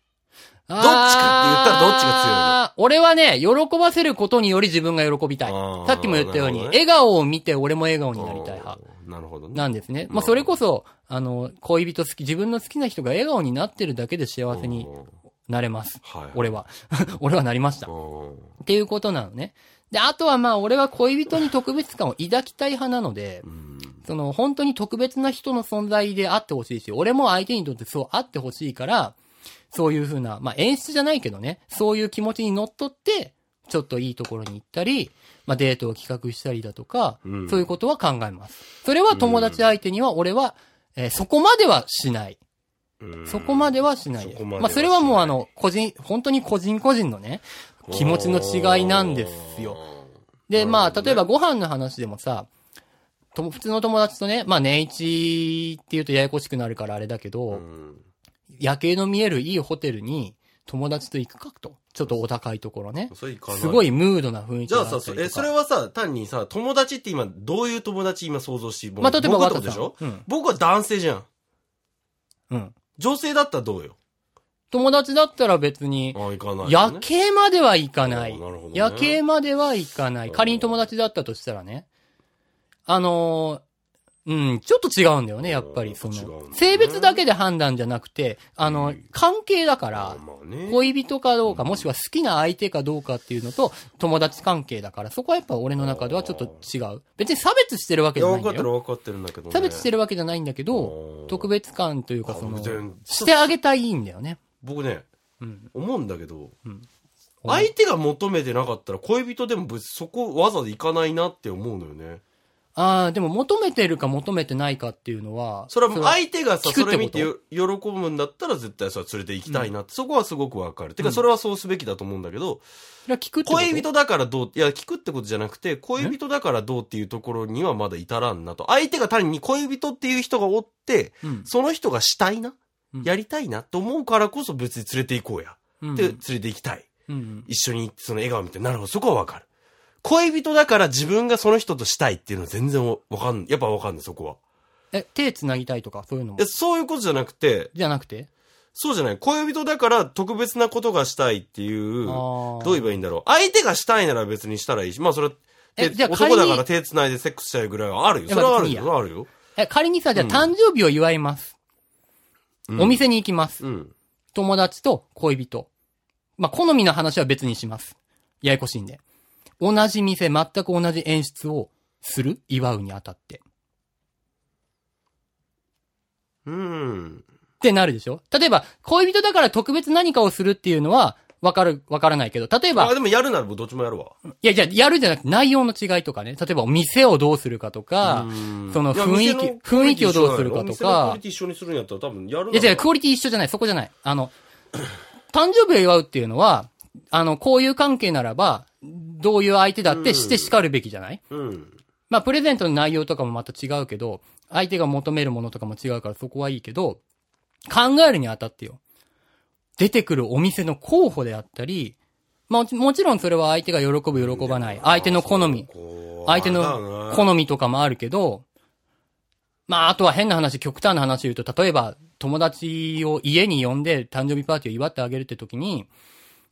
Speaker 2: ど
Speaker 1: っちかって言ったらどっちが強いの
Speaker 2: 俺はね、喜ばせることにより自分が喜びたい
Speaker 1: あー。
Speaker 2: さっきも言ったように、
Speaker 1: なるほどね
Speaker 2: 笑顔を見て俺も笑顔になりたい派。
Speaker 1: うんなるほどね。
Speaker 2: なんですね。まあ、それこそ、あの、恋人好き、自分の好きな人が笑顔になってるだけで幸せに
Speaker 1: うん
Speaker 2: なれます。
Speaker 1: はい。
Speaker 2: 俺は。 <laughs> 俺はなりました。
Speaker 1: う
Speaker 2: っ
Speaker 1: ん
Speaker 2: ていうことなのね。で、あとはまあ、俺は恋人に特別感を抱きたい派なので
Speaker 1: う、ん。
Speaker 2: その、本当に特別な人の存在であってほしいし、俺も相手にとってそうあってほしいから、そういうふうな、まあ、演出じゃないけどね、そういう気持ちに乗っ取って、ちょっといいところに行ったり、まあ、デートを企画したりだとか、
Speaker 1: うん
Speaker 2: そういうことは考えます。それは友達相手には俺は、えーそこまではしない。
Speaker 1: うん
Speaker 2: そこまではしないです。
Speaker 1: そこまではしない
Speaker 2: まあ、それはもうあの、個人、本当に個人個人のね、気持ちの違いなんですよ。。で、
Speaker 1: なるほ
Speaker 2: ま
Speaker 1: ど
Speaker 2: あ、
Speaker 1: ね
Speaker 2: 例えばご飯の話でもさ、とも普通の友達とね、まあ、年一って言うとややこしくなるからあれだけど、
Speaker 1: うん
Speaker 2: 夜景の見えるいいホテルに友達と行くかと。ちょっとお高いところね。
Speaker 1: それいかない
Speaker 2: すごい。ムードな雰囲気
Speaker 1: じゃ
Speaker 2: があ
Speaker 1: あ
Speaker 2: った
Speaker 1: さ、そ
Speaker 2: りとか。
Speaker 1: え、それはさ、単にさ、友達って今、どういう友達今想像して、
Speaker 2: まあ、例えば
Speaker 1: 僕ってこ
Speaker 2: 若
Speaker 1: とで
Speaker 2: 田
Speaker 1: し
Speaker 2: さ
Speaker 1: ょ
Speaker 2: ん。うん。
Speaker 1: 僕は男性じゃん。
Speaker 2: うん。
Speaker 1: 女性だったらどうよ。
Speaker 2: 友達だったら別に、
Speaker 1: あ、いかないよね。
Speaker 2: 夜景までは行かない。
Speaker 1: あなるほどね
Speaker 2: 夜景までは行かな
Speaker 1: う
Speaker 2: い。
Speaker 1: ん
Speaker 2: 仮に友達だったとしたらね。あのーうん、ちょっと違うんだよね、やっぱ
Speaker 1: う
Speaker 2: り。
Speaker 1: ん
Speaker 2: そ
Speaker 1: 違うんだ
Speaker 2: の
Speaker 1: ね、
Speaker 2: 性別だけで判断じゃなくて、あ
Speaker 1: う
Speaker 2: の
Speaker 1: ん、
Speaker 2: 関係だから、
Speaker 1: まあね。
Speaker 2: 恋人かどうか、もしくは好きな相手かどうかっていうのと、友達関係だから、そこはやっぱ俺の中ではちょっと違う。別に差別してるわ
Speaker 1: い
Speaker 2: けじ
Speaker 1: や、
Speaker 2: ゃない
Speaker 1: 分かっ
Speaker 2: んだ
Speaker 1: てる
Speaker 2: よ。
Speaker 1: 分かってるんだけどね。
Speaker 2: 差別してるわけじゃないんだけ
Speaker 1: う
Speaker 2: ど
Speaker 1: ん、
Speaker 2: 特別感というか、そ
Speaker 1: あ
Speaker 2: の
Speaker 1: 全、
Speaker 2: してあげたいんだよね。
Speaker 1: 僕ね、
Speaker 2: うん。
Speaker 1: 思うんだけど、
Speaker 2: うん
Speaker 1: 相手が求めてなかったら恋人でも別にそこわざで行かないなって思うのよね。
Speaker 2: ああ、でも求めてるか求めてないかっていうのは、
Speaker 1: それはもう相手がさ、
Speaker 2: 聞く
Speaker 1: そ
Speaker 2: ってこと
Speaker 1: れ見てよ喜ぶんだったら絶対それは連れて行きたいなって、そこはすごくわかる。てかそれはそうすべきだと思うんだけど、
Speaker 2: それは聞くってこと
Speaker 1: 恋人だからどう、いや、聞くってことじゃなくて、恋人だからどうっていうところにはまだ至らんなと。相手が単に恋人っていう人がおって、
Speaker 2: うん。
Speaker 1: その人がしたいな
Speaker 2: うん、
Speaker 1: やりたいなと思うからこそ別に連れて行こうや。
Speaker 2: うん
Speaker 1: って連れて行きたい。
Speaker 2: うん。
Speaker 1: 一緒に行ってその笑顔見て、なるほど、そこはわかる。恋人だから自分がその人としたいっていうのは全然わかん、やっぱわかんない、そこは。
Speaker 2: え、手繋ぎたいとか、そういうのも
Speaker 1: いや、。そういうことじゃなくて、
Speaker 2: じゃなくて
Speaker 1: そうじゃない。恋人だから特別なことがしたいっていう、ど
Speaker 2: あ
Speaker 1: う言えばいいんだろう。相手がしたいなら別にしたらいいし、まあそれは、
Speaker 2: え
Speaker 1: 手
Speaker 2: じゃあ
Speaker 1: 男だから
Speaker 2: 仮
Speaker 1: 手
Speaker 2: に
Speaker 1: 繋いでセックスしたいぐらいはあるよ。
Speaker 2: いや
Speaker 1: それはある
Speaker 2: 別にいいや
Speaker 1: よ。それはあるよ。
Speaker 2: え、仮にさ、じゃあ
Speaker 1: うん
Speaker 2: 誕生日を祝います。
Speaker 1: うん
Speaker 2: お店に行きます。
Speaker 1: うん。
Speaker 2: 友達と恋人。まあ、好みの話は別にします。ややこしいんで。同じ店、全く同じ演出をする祝うにあたって。
Speaker 1: うん。
Speaker 2: ってなるでしょ例えば、恋人だから特別何かをするっていうのは、わかる、わからないけど、例えば
Speaker 1: あ、、でもやるなら僕どっちもやるわ。
Speaker 2: いや、じゃあやるじゃなくて内容の違いとかね。例えば、お店をどうするかとか、その
Speaker 1: いや
Speaker 2: 雰囲気
Speaker 1: 店の
Speaker 2: 雰囲気をどうするかと
Speaker 1: 店
Speaker 2: か
Speaker 1: のクオリティ一緒にするんやったら多分やる
Speaker 2: いや、違う、クオリティ一緒じゃない。そこじゃない。あの、 <clears throat> 誕生日を祝うっていうのは、あの、こういう関係ならば、どういう相手だってして叱るべきじゃない、
Speaker 1: うん。
Speaker 2: まあ、プレゼントの内容とかもまた違うけど、相手が求めるものとかも違うからそこはいいけど、考えるにあたってよ。出てくるお店の候補であったり、まあ、もちろんそれは相手が喜ぶ喜ばない。相手の好み。
Speaker 1: こう
Speaker 2: 相手
Speaker 1: あれだよ
Speaker 2: の
Speaker 1: ね
Speaker 2: 好みとかもあるけど、まあ、あとは変な話、極端な話言うと、例えば、友達を家に呼んで誕生日パーティーを祝ってあげるって時に、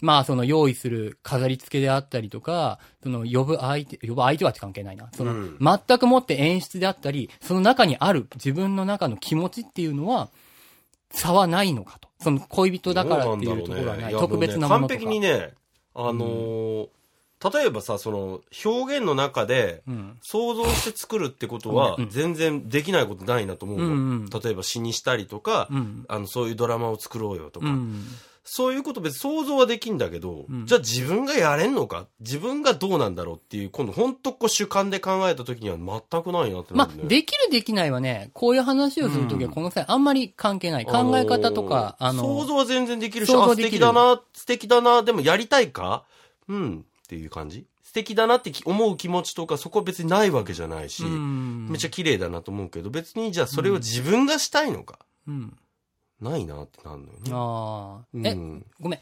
Speaker 2: まあ、その用意する飾り付けであったりとか、その呼ぶ相手、呼ぶ相手は関係ないな。その、
Speaker 1: うん
Speaker 2: 全くもって演出であったり、その中にある自分の中の気持ちっていうのは、差はないのかと。その恋人だからっていうところはない。
Speaker 1: どう
Speaker 2: 特別
Speaker 1: んだ
Speaker 2: な
Speaker 1: ろ
Speaker 2: も
Speaker 1: うねやもうね完
Speaker 2: のとか。
Speaker 1: 璧にね、あのー例えばさ、その、表現の中で、
Speaker 2: うん。
Speaker 1: 想像して作るってことは
Speaker 2: うん、
Speaker 1: 全然できないことないなと思うの。
Speaker 2: うんうん
Speaker 1: 例えば詩にしたりとか、
Speaker 2: うん。
Speaker 1: あの、そういうドラマを作ろうよとか、
Speaker 2: うん。
Speaker 1: そういうこと別に想像はできんだけど、
Speaker 2: うん
Speaker 1: じゃあ自分がやれんのか自分がどうなんだろうっていう、今度本当こう主観で考えた時には全くないなってな
Speaker 2: ま
Speaker 1: るね
Speaker 2: あ、できるできないはね、こういう話をするときはこの際あんまり関係ない。
Speaker 1: あの
Speaker 2: 考
Speaker 1: ー
Speaker 2: え方とか、あのー
Speaker 1: 想像は全然できるし、
Speaker 2: 想
Speaker 1: あ、
Speaker 2: 像
Speaker 1: 素
Speaker 2: でき
Speaker 1: 敵
Speaker 2: る
Speaker 1: だな、素敵だな、でもやりたいかうん、っていう感じ素敵だなってき思う気持ちとか、そこは別にないわけじゃないし、
Speaker 2: うん
Speaker 1: めっちゃ綺麗だなと思うけど、別にじゃあそれを自分がしたいのか、
Speaker 2: うん。
Speaker 1: ないなってなるのよね。
Speaker 2: ああ。
Speaker 1: う
Speaker 2: え、
Speaker 1: ん、
Speaker 2: ごめん。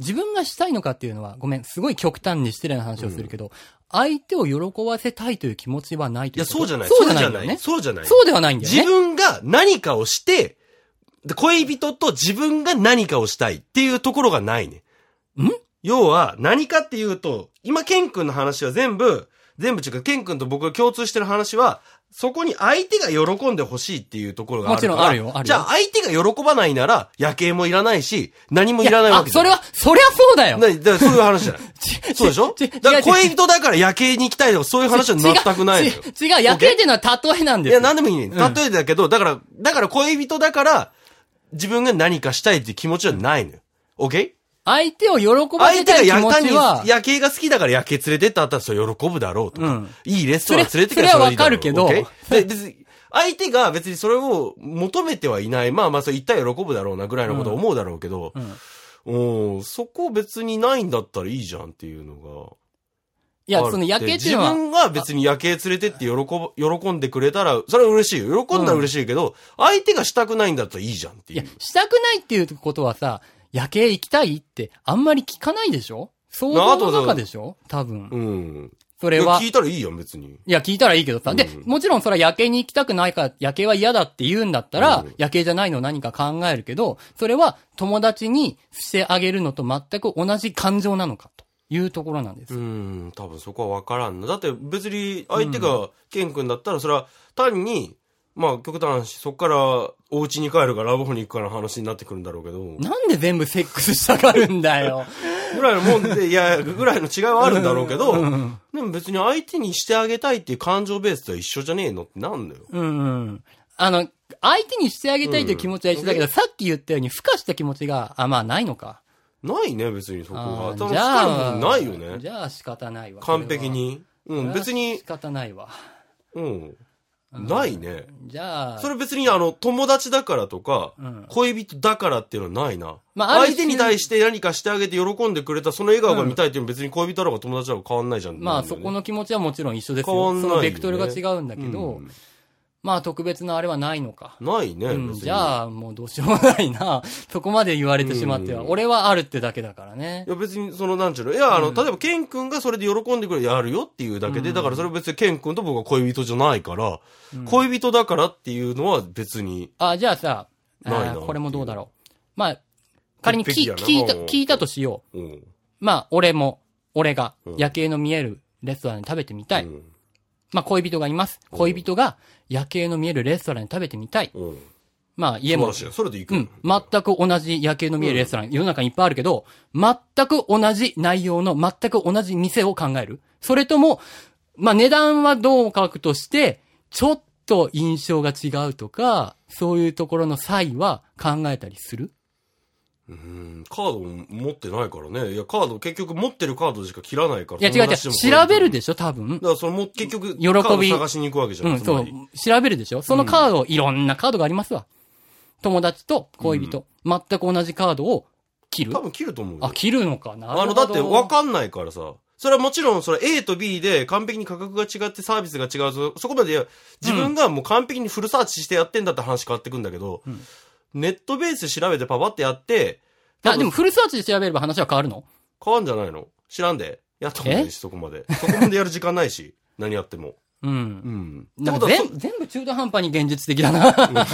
Speaker 2: 自分がしたいのかっていうのは、ごめん、すごい極端に失礼な話をするけど、相手を喜ばせたいという気持ちはないと
Speaker 1: いや、
Speaker 2: いうこと
Speaker 1: そうじゃない。
Speaker 2: そ
Speaker 1: そうう
Speaker 2: じゃ
Speaker 1: じ
Speaker 2: ない
Speaker 1: ゃ
Speaker 2: んだ
Speaker 1: な
Speaker 2: よ
Speaker 1: い。
Speaker 2: ね。
Speaker 1: そうじゃない。
Speaker 2: そうではないんだよね。
Speaker 1: 自分が何かをして、で恋人と自分が何かをしたいっていうところがないね。
Speaker 2: ん
Speaker 1: 要は、何かっていうと、今、ケン君の話は全部、全部違うか、ケン君と僕が共通してる話は、そこに相手が喜んでほしいっていうところがあるから。
Speaker 2: もちろんあるよあるよ
Speaker 1: じゃあ、相手が喜ばないなら、夜景もいらないし、何もいらないわけじ
Speaker 2: あ、
Speaker 1: ゃ
Speaker 2: そ
Speaker 1: ん
Speaker 2: れは、そりゃそうだよ
Speaker 1: なだからそういう話じゃない。そうでしょ
Speaker 2: <laughs> ち
Speaker 1: だから
Speaker 2: 違う違う
Speaker 1: 恋人だから夜景に行きたいとか、そういう話は全くないのよ。
Speaker 2: 違う、違う夜景っていうのは例えなんで
Speaker 1: い
Speaker 2: すよ
Speaker 1: や、なんでもいいね。例えだけど、だから、だから恋人だから、自分が何かしたいっていう気持ちはないのよ。オッケー
Speaker 2: 相手を喜ば
Speaker 1: 相手
Speaker 2: せた
Speaker 1: が
Speaker 2: い気
Speaker 1: 夜
Speaker 2: 持
Speaker 1: 間
Speaker 2: ちは
Speaker 1: に、夜景が好きだから夜景連れてったったらそれ喜ぶだろうとか、
Speaker 2: うん
Speaker 1: いいレストラン連れてきた
Speaker 2: それ
Speaker 1: はいいだろう
Speaker 2: それはわか
Speaker 1: オッ
Speaker 2: る
Speaker 1: ケーで別に相手が別にそれを求めてはいない。まあまあ、そう言ったら喜ぶだろうなぐらいのことは思うだろうけど、
Speaker 2: うん
Speaker 1: うん、そこ別にないんだったらいいじゃんっていうのが。
Speaker 2: いや、
Speaker 1: ある
Speaker 2: その夜景っていうのは、
Speaker 1: 自分が別に夜景連れてって喜ぶ、喜んでくれたら、それは嬉しいよ。喜んだら嬉しいけど、相手がしたくないんだったらいいじゃんって
Speaker 2: い
Speaker 1: い
Speaker 2: や
Speaker 1: う。、
Speaker 2: したくないっていうことはさ、夜景行きたいってあんまり聞かないでしょ想像の中でしょ多分。
Speaker 1: うん。
Speaker 2: そ
Speaker 1: い
Speaker 2: れ
Speaker 1: や
Speaker 2: は。
Speaker 1: 聞いたらいいやん、別に。
Speaker 2: いや、聞いたらいいけどさ。で
Speaker 1: う、ん
Speaker 2: もちろんそれは夜景に行きたくないから、夜景は嫌だって言うんだったら、
Speaker 1: うん
Speaker 2: 夜景じゃないの何か考えるけど、それは友達にしてあげるのと全く同じ感情なのかというところなんです
Speaker 1: う。ん、多分そこは分からんな。だって別に相手がケン君だったら、それは単に、まあ極端な話、そっからお家に帰るかラブホに行くかの話になってくるんだろうけど、
Speaker 2: なんで全部セックスしたがるんだよ。 <laughs>
Speaker 1: ぐらいのもんで、いや、ぐらいの違いはあるんだろうけど、
Speaker 2: うん
Speaker 1: でも別に相手にしてあげたいっていう感情ベースとは一緒じゃねえのってなんだよ。
Speaker 2: うんうん。あの、相手にしてあげたいという気持ちは一緒だけど、
Speaker 1: う
Speaker 2: さっき言ったように、孵化した気持ちが、あ、まあないのか。
Speaker 1: ないね、別にそこ
Speaker 2: あ
Speaker 1: は。
Speaker 2: ー
Speaker 1: 多分
Speaker 2: じゃあ
Speaker 1: 疲れもないよね。
Speaker 2: じゃあ仕方ないわ。
Speaker 1: 完璧に。
Speaker 2: それ
Speaker 1: う
Speaker 2: は。
Speaker 1: ん、別に
Speaker 2: 仕、方ないわ。
Speaker 1: うん。ないね。
Speaker 2: じゃあ、
Speaker 1: それ別にあの、友達だからとか
Speaker 2: うん、
Speaker 1: 恋人だからっていうのはないな。
Speaker 2: まあある
Speaker 1: 相手に対して何かしてあげて喜んでくれた、その笑顔が見たいっていうのは別に恋人だろうが友達だろうが変わんないじゃん。
Speaker 2: まあそこの気持ちはもちろん一緒です
Speaker 1: 変わ
Speaker 2: よ。
Speaker 1: んない
Speaker 2: そ
Speaker 1: よね
Speaker 2: のベクトルが違うんだ
Speaker 1: だ
Speaker 2: けど、まあ特別なあれはないのか。
Speaker 1: ないね、
Speaker 2: うん、
Speaker 1: 別に
Speaker 2: じゃあ、もうどうしようもないな。 <laughs> そこまで言われてしまっては。
Speaker 1: うん
Speaker 2: 俺はあるってだけだからね
Speaker 1: い。や別に、その、なんちゅうの。いや、あの、例えば、ケン君がそれで喜んでくれる、やるよっていうだけで、だからそれは別にケン君と僕は恋人じゃないから、恋人だからっていうのは別に、
Speaker 2: あ、じゃあさ、あ
Speaker 1: ないなってい
Speaker 2: ー
Speaker 1: う
Speaker 2: これもどうだろう。まあ、仮に
Speaker 1: 潔癖
Speaker 2: 聞
Speaker 1: やな
Speaker 2: 聞いた、
Speaker 1: うん
Speaker 2: 聞いたとしよう。
Speaker 1: うん。
Speaker 2: まあ、俺も、俺が
Speaker 1: うん
Speaker 2: 夜景の見えるレストランで食べてみたい。
Speaker 1: うん
Speaker 2: まあ、恋人がいます。
Speaker 1: うん
Speaker 2: 恋人が夜景の見えるレストランで食べてみたい。
Speaker 1: うん。
Speaker 2: まあ、家
Speaker 1: 素晴
Speaker 2: も
Speaker 1: らしいよそれで行く
Speaker 2: う
Speaker 1: よ。
Speaker 2: ん。全く同じ夜景の見えるレストラン、世の中にいっぱいあるけど、全く同じ内容の、全く同じ店を考える。それとも、まあ、値段はどう書くとして、ちょっと印象が違うとか、そういうところの際は考えたりする
Speaker 1: うんカードも持ってないからね。いや、カード、結局持ってるカードしか切らないから。
Speaker 2: いや違う違う、調べるでしょ、多分
Speaker 1: だか。ら、それも結局、
Speaker 2: 喜び
Speaker 1: カード探しに行くわけじゃ。
Speaker 2: うんん、
Speaker 1: つ
Speaker 2: そ
Speaker 1: ま
Speaker 2: う
Speaker 1: り。
Speaker 2: 調べるでしょそのカードを、いろんなカードがありますわ。友達と恋人、全く同じカードを切る
Speaker 1: 多。分切ると思うよ
Speaker 2: あ、切るのかな
Speaker 1: あの、だって分かんないからさ。それはもちろん、それ A と B で完璧に価格が違ってサービスが違うと、そこまで自分がもう完璧にフルサーチしてやってんだって話変わってくんだけど、
Speaker 2: うん
Speaker 1: ネットベースで調べてパパってやって、
Speaker 2: あ、でもフルサーチで調べれば話は変わるの
Speaker 1: 変わんじゃないの知らんで。やったことないし、そこまで。そこまでやる時間ないし、 <laughs> 何やっても。
Speaker 2: う。
Speaker 1: うんん。って
Speaker 2: なん
Speaker 1: こと
Speaker 2: か
Speaker 1: は
Speaker 2: 全全部中途半端に現実的だな。 <laughs>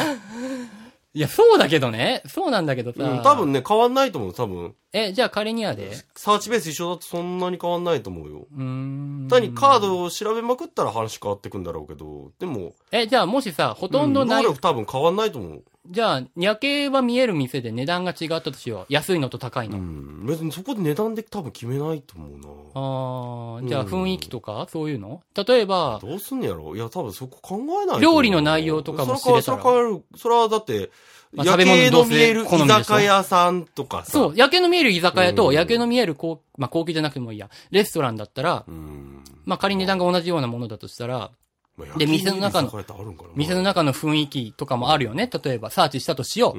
Speaker 2: いや、そうだけどね。そうなんだけど
Speaker 1: そ、うん、
Speaker 2: さ。
Speaker 1: 多分ね、変わんないと思う、多分。
Speaker 2: え、じゃあ仮にやで。
Speaker 1: サーチベース一緒だとそんなに変わんないと思うよ。
Speaker 2: うーん。
Speaker 1: 単にカードを調べまくったら話変わってくんだろうけど、でも、
Speaker 2: え、じゃあもしさ、ほとんど
Speaker 1: う
Speaker 2: ない、
Speaker 1: ん能力多分変わんないと思う。
Speaker 2: じゃあ、夜景は見える店で値段が違ったとしよう。安いのと高いの。
Speaker 1: うん、別にそこで値段で多分決めないと思うな。
Speaker 2: あー、じゃあ
Speaker 1: うん
Speaker 2: 雰囲気とか、そういうの例えば、
Speaker 1: どうすんのやろいや、多分そこ考えないと
Speaker 2: 料理の内容とかも知れたら
Speaker 1: そは変わる。それはだって、
Speaker 2: まあ
Speaker 1: 夜景の見える
Speaker 2: 食べ
Speaker 1: 居
Speaker 2: 物どうせ好みでしょ
Speaker 1: 酒屋さんとかさ。
Speaker 2: そう、夜景の見える居酒屋
Speaker 1: う
Speaker 2: と、
Speaker 1: ん
Speaker 2: 夜景の見える高、まあ、高級じゃなくてもいいや、レストランだったら、
Speaker 1: うん。
Speaker 2: まあ、仮に値段が同じようなものだとしたら、
Speaker 1: まあ
Speaker 2: で店の中の
Speaker 1: 夜景に居酒屋ってあるんかな
Speaker 2: 店の中の雰囲気とかもあるよね。例えば、サーチしたとしよ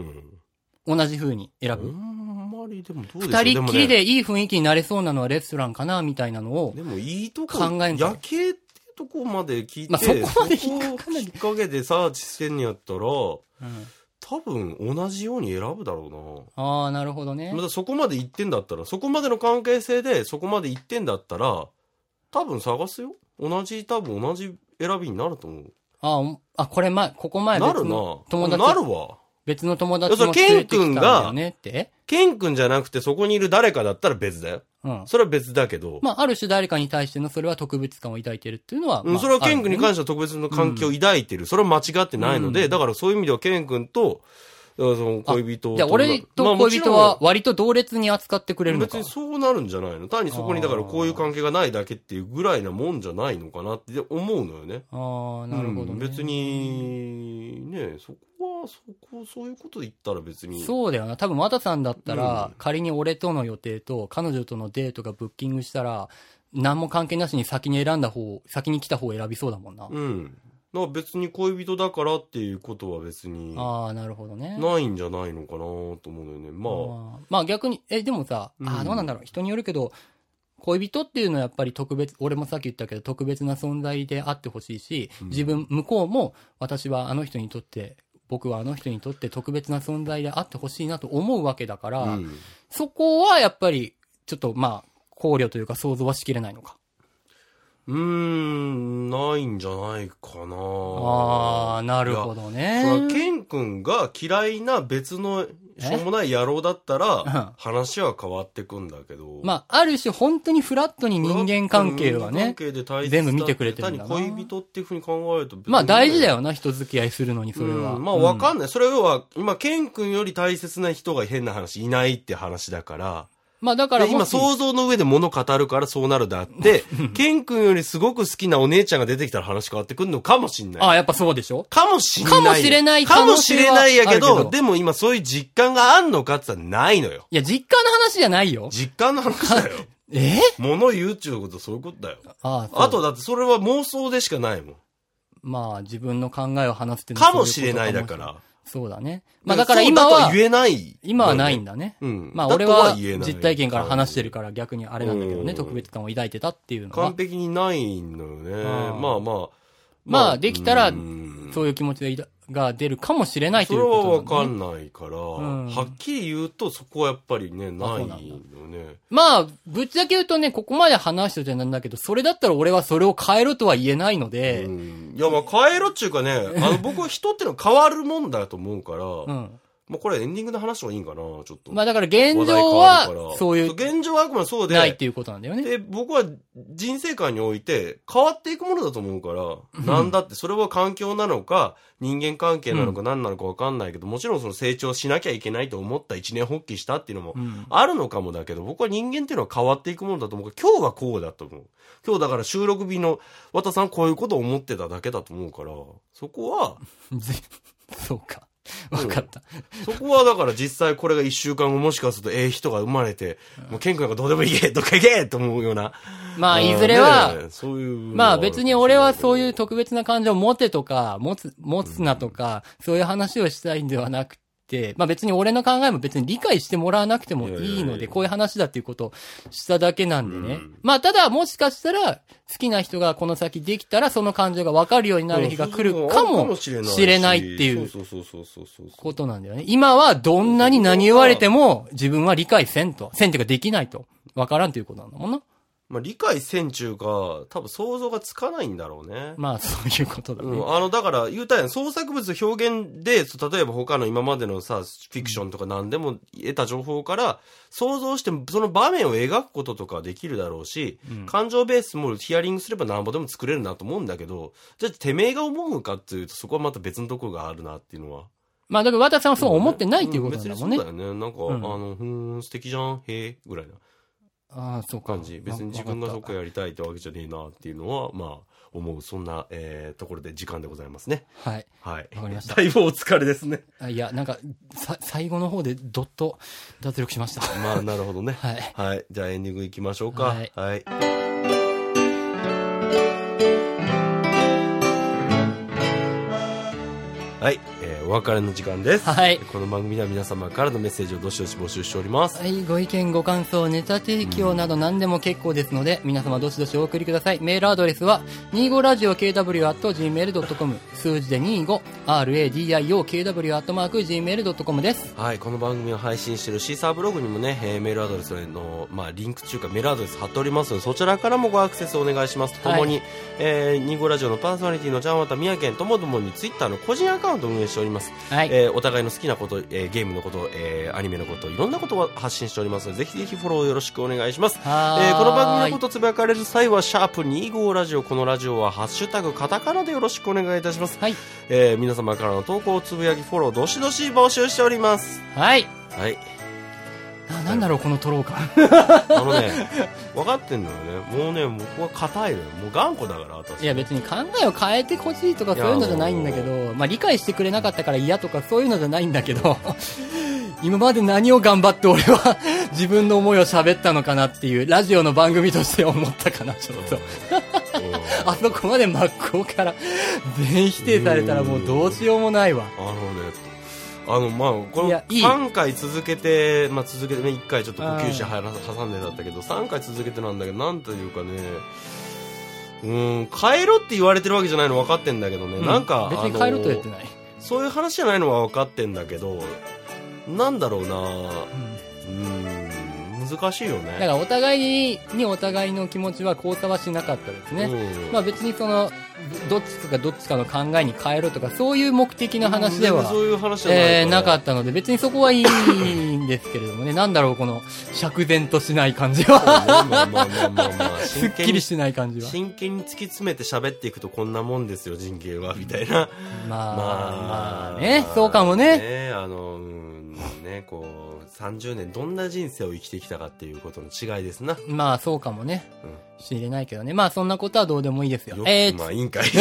Speaker 1: う
Speaker 2: う。
Speaker 1: ん。
Speaker 2: 同じ風に選
Speaker 1: あ
Speaker 2: ぶ。
Speaker 1: んまりでもどうでしょ
Speaker 2: 二
Speaker 1: う
Speaker 2: 人っきり
Speaker 1: で
Speaker 2: でいい雰囲気になれそうなのはレストランかな、みたいなの
Speaker 1: も
Speaker 2: を
Speaker 1: ね。でもいいとこ、
Speaker 2: 考えんか
Speaker 1: 夜景ってとこまで聞いて、
Speaker 2: まあそこまで引っ
Speaker 1: そ
Speaker 2: かかんない
Speaker 1: こをきっかけでサーチしてんやったら、多
Speaker 2: うん
Speaker 1: 分同じように選ぶだろうな。
Speaker 2: ああ、なるほどね
Speaker 1: ま。だそこまで行ってんだったら、そこまでの関係性でそこまで行ってんだったら、多分探すよ。同じ、多分同じ選びになると思う。
Speaker 2: あーあ、これ前、ここ前
Speaker 1: な
Speaker 2: 別
Speaker 1: るな
Speaker 2: の。友
Speaker 1: な
Speaker 2: 達
Speaker 1: るわ。
Speaker 2: 別の友
Speaker 1: いや
Speaker 2: 達
Speaker 1: そ
Speaker 2: も
Speaker 1: れ
Speaker 2: 連れてきたんだ
Speaker 1: ケ
Speaker 2: よ
Speaker 1: ン君
Speaker 2: ねって。
Speaker 1: ケン君じゃなくてそこにいる誰かだったら別だよ。
Speaker 2: うん。
Speaker 1: それは別だけど。
Speaker 2: まあ、ある種誰かに対してのそれは特別感を抱いてるっていうのは。
Speaker 1: うん
Speaker 2: まあ
Speaker 1: それはケン君に
Speaker 2: あるよね
Speaker 1: 関しては特別な関係を抱いてる。それは間違ってないので、
Speaker 2: うん
Speaker 1: だからそういう意味ではケン君と、あその恋人
Speaker 2: じゃあ、俺
Speaker 1: まあ
Speaker 2: と
Speaker 1: も
Speaker 2: 恋
Speaker 1: ちろ
Speaker 2: 人
Speaker 1: ん
Speaker 2: は割と同列に扱ってくれるの
Speaker 1: 別
Speaker 2: か
Speaker 1: に。そうなるんじゃないの単にそこにだからこういう関係がないだけっていうぐらいなもんじゃないのかなって思うのよね。
Speaker 2: ああ、なるほど、
Speaker 1: うん
Speaker 2: ね
Speaker 1: 別。に、ね、そこは、そこ、そういうこと言ったら別に。
Speaker 2: そうだよな。多分、和田さんだったら、
Speaker 1: うん
Speaker 2: 仮に俺との予定と、彼女とのデートがブッキングしたら、何も関係なしに先に選んだ方、先に来た方を選びそうだもんな。
Speaker 1: うん。だから別に恋人だからっていうことは別に、
Speaker 2: ああ、なるほどね。
Speaker 1: ないんじゃないのかなと思うのよね。ま
Speaker 2: あーまあ逆に、え、でもさ、あ
Speaker 1: う
Speaker 2: ー
Speaker 1: ん
Speaker 2: どうなんだろう、人によるけど、恋人っていうのはやっぱり特別、俺もさっき言ったけど、特別な存在であってほしいし、
Speaker 1: うん
Speaker 2: 自分、向こうも、私はあの人にとって、僕はあの人にとって特別な存在であってほしいなと思うわけだから、
Speaker 1: あ、うん
Speaker 2: そこはやっぱり、ちょっとまあ、考慮というか想像はしきれないのか。
Speaker 1: うーん、ないんじゃないかな
Speaker 2: ああー、なるほど
Speaker 1: いやそら
Speaker 2: ね。
Speaker 1: ケン君が嫌いな別のしょうもない野郎だったら、話は変わってくんだけど。
Speaker 2: まあ、ある種本当にフラットに人間関係は
Speaker 1: 人
Speaker 2: ね、
Speaker 1: 間関係で大切だ
Speaker 2: 全部見てくれてるんだな
Speaker 1: 単に恋人っていうふうに考えると別にね
Speaker 2: まあ大事だよな、人付き合いするのに、それ
Speaker 1: う
Speaker 2: は。
Speaker 1: んまあ
Speaker 2: うん
Speaker 1: わかんない。それは、今、ケン君より大切な人が変な話いないって話だから、
Speaker 2: まあだから
Speaker 1: で
Speaker 2: も
Speaker 1: 今
Speaker 2: し
Speaker 1: 想像の上で物語るからそうなるであっ
Speaker 2: <laughs>
Speaker 1: て、ケン君よりすごく好きなお姉ちゃんが出てきたら話変わってくるのかもしんない。
Speaker 2: あ、やっぱそうでしょ
Speaker 1: かもしんない。
Speaker 2: かもしれない可
Speaker 1: かも
Speaker 2: 能
Speaker 1: し
Speaker 2: 性
Speaker 1: れ
Speaker 2: は
Speaker 1: ないやけ
Speaker 2: あるけ
Speaker 1: ど、
Speaker 2: ど
Speaker 1: でも今そういう実感があんのかって言ったらないのよ。
Speaker 2: いや、実家の話じゃないよ。
Speaker 1: 実感の話
Speaker 2: <laughs>
Speaker 1: だよ。
Speaker 2: え
Speaker 1: 物言うっていうことはそういうことだよ。
Speaker 2: あ
Speaker 1: あと
Speaker 2: だ。
Speaker 1: だってそれは妄想でしかないもん。
Speaker 2: まあ、自分の考えを話すっていうのは
Speaker 1: かもしれないだか。
Speaker 2: そううこと
Speaker 1: ら。
Speaker 2: そうだね。まあだから今
Speaker 1: そうだ
Speaker 2: は
Speaker 1: と、言えない。
Speaker 2: 今はないんだね。
Speaker 1: うん
Speaker 2: まあ
Speaker 1: だ
Speaker 2: 俺
Speaker 1: とは
Speaker 2: は
Speaker 1: 言えない
Speaker 2: 実体験から話してるから逆にあれなんだけどね、
Speaker 1: うん
Speaker 2: 特別感を抱いてたっていうのは
Speaker 1: 完。璧にないのよね。
Speaker 2: あー
Speaker 1: まあまあ。
Speaker 2: まあできたら
Speaker 1: うん
Speaker 2: そういう気持ちでいだが出るかもしれない
Speaker 1: そ
Speaker 2: とい
Speaker 1: れ
Speaker 2: うこ
Speaker 1: はわ
Speaker 2: とだ
Speaker 1: か
Speaker 2: ね。
Speaker 1: んないから、
Speaker 2: ん
Speaker 1: はっきり言うとそこはやっぱりね、な
Speaker 2: あ
Speaker 1: い
Speaker 2: そ
Speaker 1: よ
Speaker 2: うなんだ
Speaker 1: ね。
Speaker 2: まあ、ぶっちゃけ言うとね、ここまで話しててなんだけど、それだったら俺はそれを変えろとは言えないので、
Speaker 1: うんいや、まあ変えろっちゅう
Speaker 2: <laughs>
Speaker 1: かね、あの僕は人ってのは変わるもんだと思うから、
Speaker 2: うん。
Speaker 1: まあこれエンディングの話はいいんかな、ちょっと。
Speaker 2: まあ
Speaker 1: だ
Speaker 2: だから現状は、そういう、
Speaker 1: 現状はあくまでそうで、
Speaker 2: ないっていうことなんだよね。
Speaker 1: で、僕は人生観において変わっていくものだと思うから、なんだって、それは環境なのか、人間関係なのか何なのかわかんないけど、もちろんその成長しなきゃいけないと思った一年発起したっていうのも
Speaker 2: うん
Speaker 1: あるのかもだけど、僕は人間っていうのは変わっていくものだと思うから、今日はこうだと思う。今日だから収録日の
Speaker 2: <laughs>
Speaker 1: 和田さんこういうことを思ってただけだと思うから、そこは、
Speaker 2: ぜそうか。わかった。
Speaker 1: そこはだから実際これが一週間後もしかするとええ人が生まれて、もうケン君がどうでもいいけ、どっか行けと思うような。
Speaker 2: まあ、
Speaker 1: うん
Speaker 2: いずれは、
Speaker 1: ねえそういうの
Speaker 2: ま
Speaker 1: は
Speaker 2: あ
Speaker 1: るかもし
Speaker 2: 別
Speaker 1: れな
Speaker 2: に俺はそう
Speaker 1: う
Speaker 2: いう特別な感情を持てとか、持つ、持つなとか、そういう話をしたいんではなくて、まあ別に俺の考えも別に理解してもらわなくても
Speaker 1: いやい
Speaker 2: い
Speaker 1: や
Speaker 2: い
Speaker 1: いや
Speaker 2: の
Speaker 1: いや
Speaker 2: で、こういう話だっていうことをしただけなんでね
Speaker 1: うん。
Speaker 2: まあただもしかしたら、好きな人がこの先できたら、その感情がわかるようになる日が来るかもしれないっていう
Speaker 1: そうそうそうそうそうそう
Speaker 2: ことなんだよね。今はどんなに何言われても、自分は理解せんと。せんっていうかできないと。わからんということなんだもんな。
Speaker 1: まあ理解せんちゅうか、多分想像がつかないんだろうね。
Speaker 2: <laughs> まあそういうことだね。
Speaker 1: うん、あの、だから、言うたやん、創作物の表現で、そう例えば他の今までのさ、フィクションとか何でも得た情報から、想像して、その場面を描くこととかできるだろうし、感情ベースもヒアリングすればなんぼでも作れるなと思うんだけど、じゃあ、てめえが思うかっていうと、そこはまた別のところがあるなっていうのは。
Speaker 2: まあだから和田さんはそう思ってないっていうことなんだもんね。
Speaker 1: 別にそうだよね。なんか、
Speaker 2: うん
Speaker 1: あの、ふーん、素敵じゃん、へえ、ぐらいな
Speaker 2: ああ、そうか。
Speaker 1: 感じ。別に自分がそっかやりたいってわけじゃねえなっていうのは、まあ、思う、そんな、えー、ところで時間でございますね。
Speaker 2: はい。
Speaker 1: はい。
Speaker 2: わかりました
Speaker 1: だいぶお疲れですね。
Speaker 2: あいや、なんか、さ、最後の方でどっと脱力し <laughs> ました。 <laughs>
Speaker 1: まあ、なるほどね。
Speaker 2: はい。
Speaker 1: はい。じゃあエンディングいきましょうか。は
Speaker 2: はいい。
Speaker 1: はい、えーお別れの時間です。
Speaker 2: はい
Speaker 1: この番組では皆様からのメッセージをどしどし募集しております。
Speaker 2: はい、ご意見、ご感想、ネタ提供など何でも結構ですので、皆様どしどしお送りください。メールアドレスは、25radio.kw.gmail.com、数字で 25radio.kw.gmail.com です。
Speaker 1: はい、この番組を配信しているシーサーブログにもね、えーメールアドレスの、まあ、リンク中かメールアドレス貼っておりますので、そちらからもごアクセスお願いしますとともに、えー、ニゴラジオのパーソナリティのジャンワタ宮県ともどもにツイッターの個人アカウントを運営しております。
Speaker 2: はい。
Speaker 1: えーお互いの好きなこと、えーゲームのこと、えーアニメのこと、いろんなことを発信しておりますので、ぜひぜひフォローよろしくお願いします。
Speaker 2: はーい
Speaker 1: えーこの番組のことつぶやかれる際は、シャープ25ラジオ、このラジオは、ハッシュタグ、カタカナでよろしくお願いいたします。
Speaker 2: はい。
Speaker 1: えー皆様からの投稿、つぶやき、フォロー、どしどし募集しております。
Speaker 2: はい。
Speaker 1: はい。
Speaker 2: あ、なんだろう、このトロー感。
Speaker 1: あのね、 <laughs> 分かってんのよね。もうね、僕は硬いのよ。もう頑固だから、私。
Speaker 2: いや別に考えを変えてほしいとかそういうのじゃないんだけど、まあ理解してくれなかったから嫌とかそういうのじゃないんだけど、 <laughs> 今まで何を頑張って俺は <laughs> 自分の思いを喋ったのかなっていう、ラジオの番組として思ったかな、ちょっと。
Speaker 1: うん
Speaker 2: あそこまで真っ向から <laughs> 全否定されたらもうどうしようもないわ。
Speaker 1: あのね、あの、まあ、こ
Speaker 2: い
Speaker 1: の
Speaker 2: やいい
Speaker 1: 3回続けて、まあ続けてね、1回ちょっと呼吸し挟んでだったけど、3回続けてなんだけど、なんというかね、うーん、変えろって言われてるわけじゃないの分かってんだけどね、なんか、
Speaker 2: 別に変えろとは言って
Speaker 1: あの
Speaker 2: ない。
Speaker 1: そういう話じゃないのは分かってんだけど、なんだろうなう
Speaker 2: うん
Speaker 1: ーん、難しいよね。
Speaker 2: だからお互いにお互いの気持ちは交差はしなかったですね。
Speaker 1: うん
Speaker 2: まあ別にその、どっちかどっちかの考えに変えろとか、そういう目的の話では
Speaker 1: 全然、そういう話じゃないら
Speaker 2: えー、なかったので、別にそこはいいんですけれどもね、なんだろう、この、釈然としない感じは。
Speaker 1: まあまあまあまあまあ、
Speaker 2: す
Speaker 1: 真
Speaker 2: っ
Speaker 1: 剣
Speaker 2: き
Speaker 1: に
Speaker 2: りしてない感じは。
Speaker 1: 真剣に突き詰めて喋っていくとこんなもんですよ、人間は、みたいな。
Speaker 2: まあ、ま
Speaker 1: まあ
Speaker 2: あ、ね、そうかもね。
Speaker 1: あの、うん、ね、こう、30年どんな人生を生きてきたかっていうことの違いですな。
Speaker 2: まあ、そうかもね
Speaker 1: うん。
Speaker 2: 知れないけどね。まあ、そんなことはどうでもいいですよ。
Speaker 1: よ
Speaker 2: えー
Speaker 1: まあ、いいんかい。
Speaker 2: <laughs>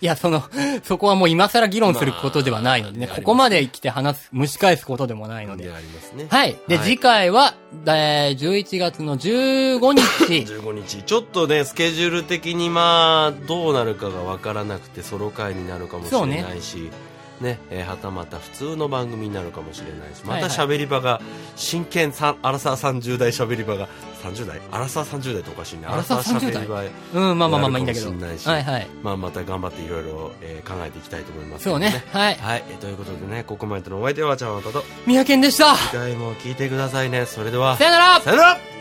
Speaker 2: いや、その、そこはもう今更議論することではないのでね、
Speaker 1: まあ
Speaker 2: ここまで来て話す、蒸し返すことでもないので
Speaker 1: で。ありますね。
Speaker 2: はい。で、
Speaker 1: はい
Speaker 2: 次回は、えー11月の15日。
Speaker 1: 15日。ちょっとね、スケジュール的にまあ、どうなるかがわからなくて、ソロ会になるかもしれないし、ねえーはたまた普通の番組になるかもしれないし、また
Speaker 2: はいはい
Speaker 1: 喋り場が、真剣さん、アラサー30代喋り場が、30代アラサー30代っておかしいね。
Speaker 2: アラサー30代
Speaker 1: アラサー喋り
Speaker 2: うん、まあまあまあまあいいんだけ
Speaker 1: な
Speaker 2: ど。
Speaker 1: るかもしんないし
Speaker 2: はいはい。
Speaker 1: 場、まあまた頑張っていろいろえー考えていきたいと思いますけ
Speaker 2: そ
Speaker 1: ど
Speaker 2: うね。はい。
Speaker 1: はい、えーということでね、ここまでのお相手はちゃんわたと、
Speaker 2: 三宅でした。
Speaker 1: 次回も聞いてくださいね。それでは、
Speaker 2: さよなら
Speaker 1: さよなら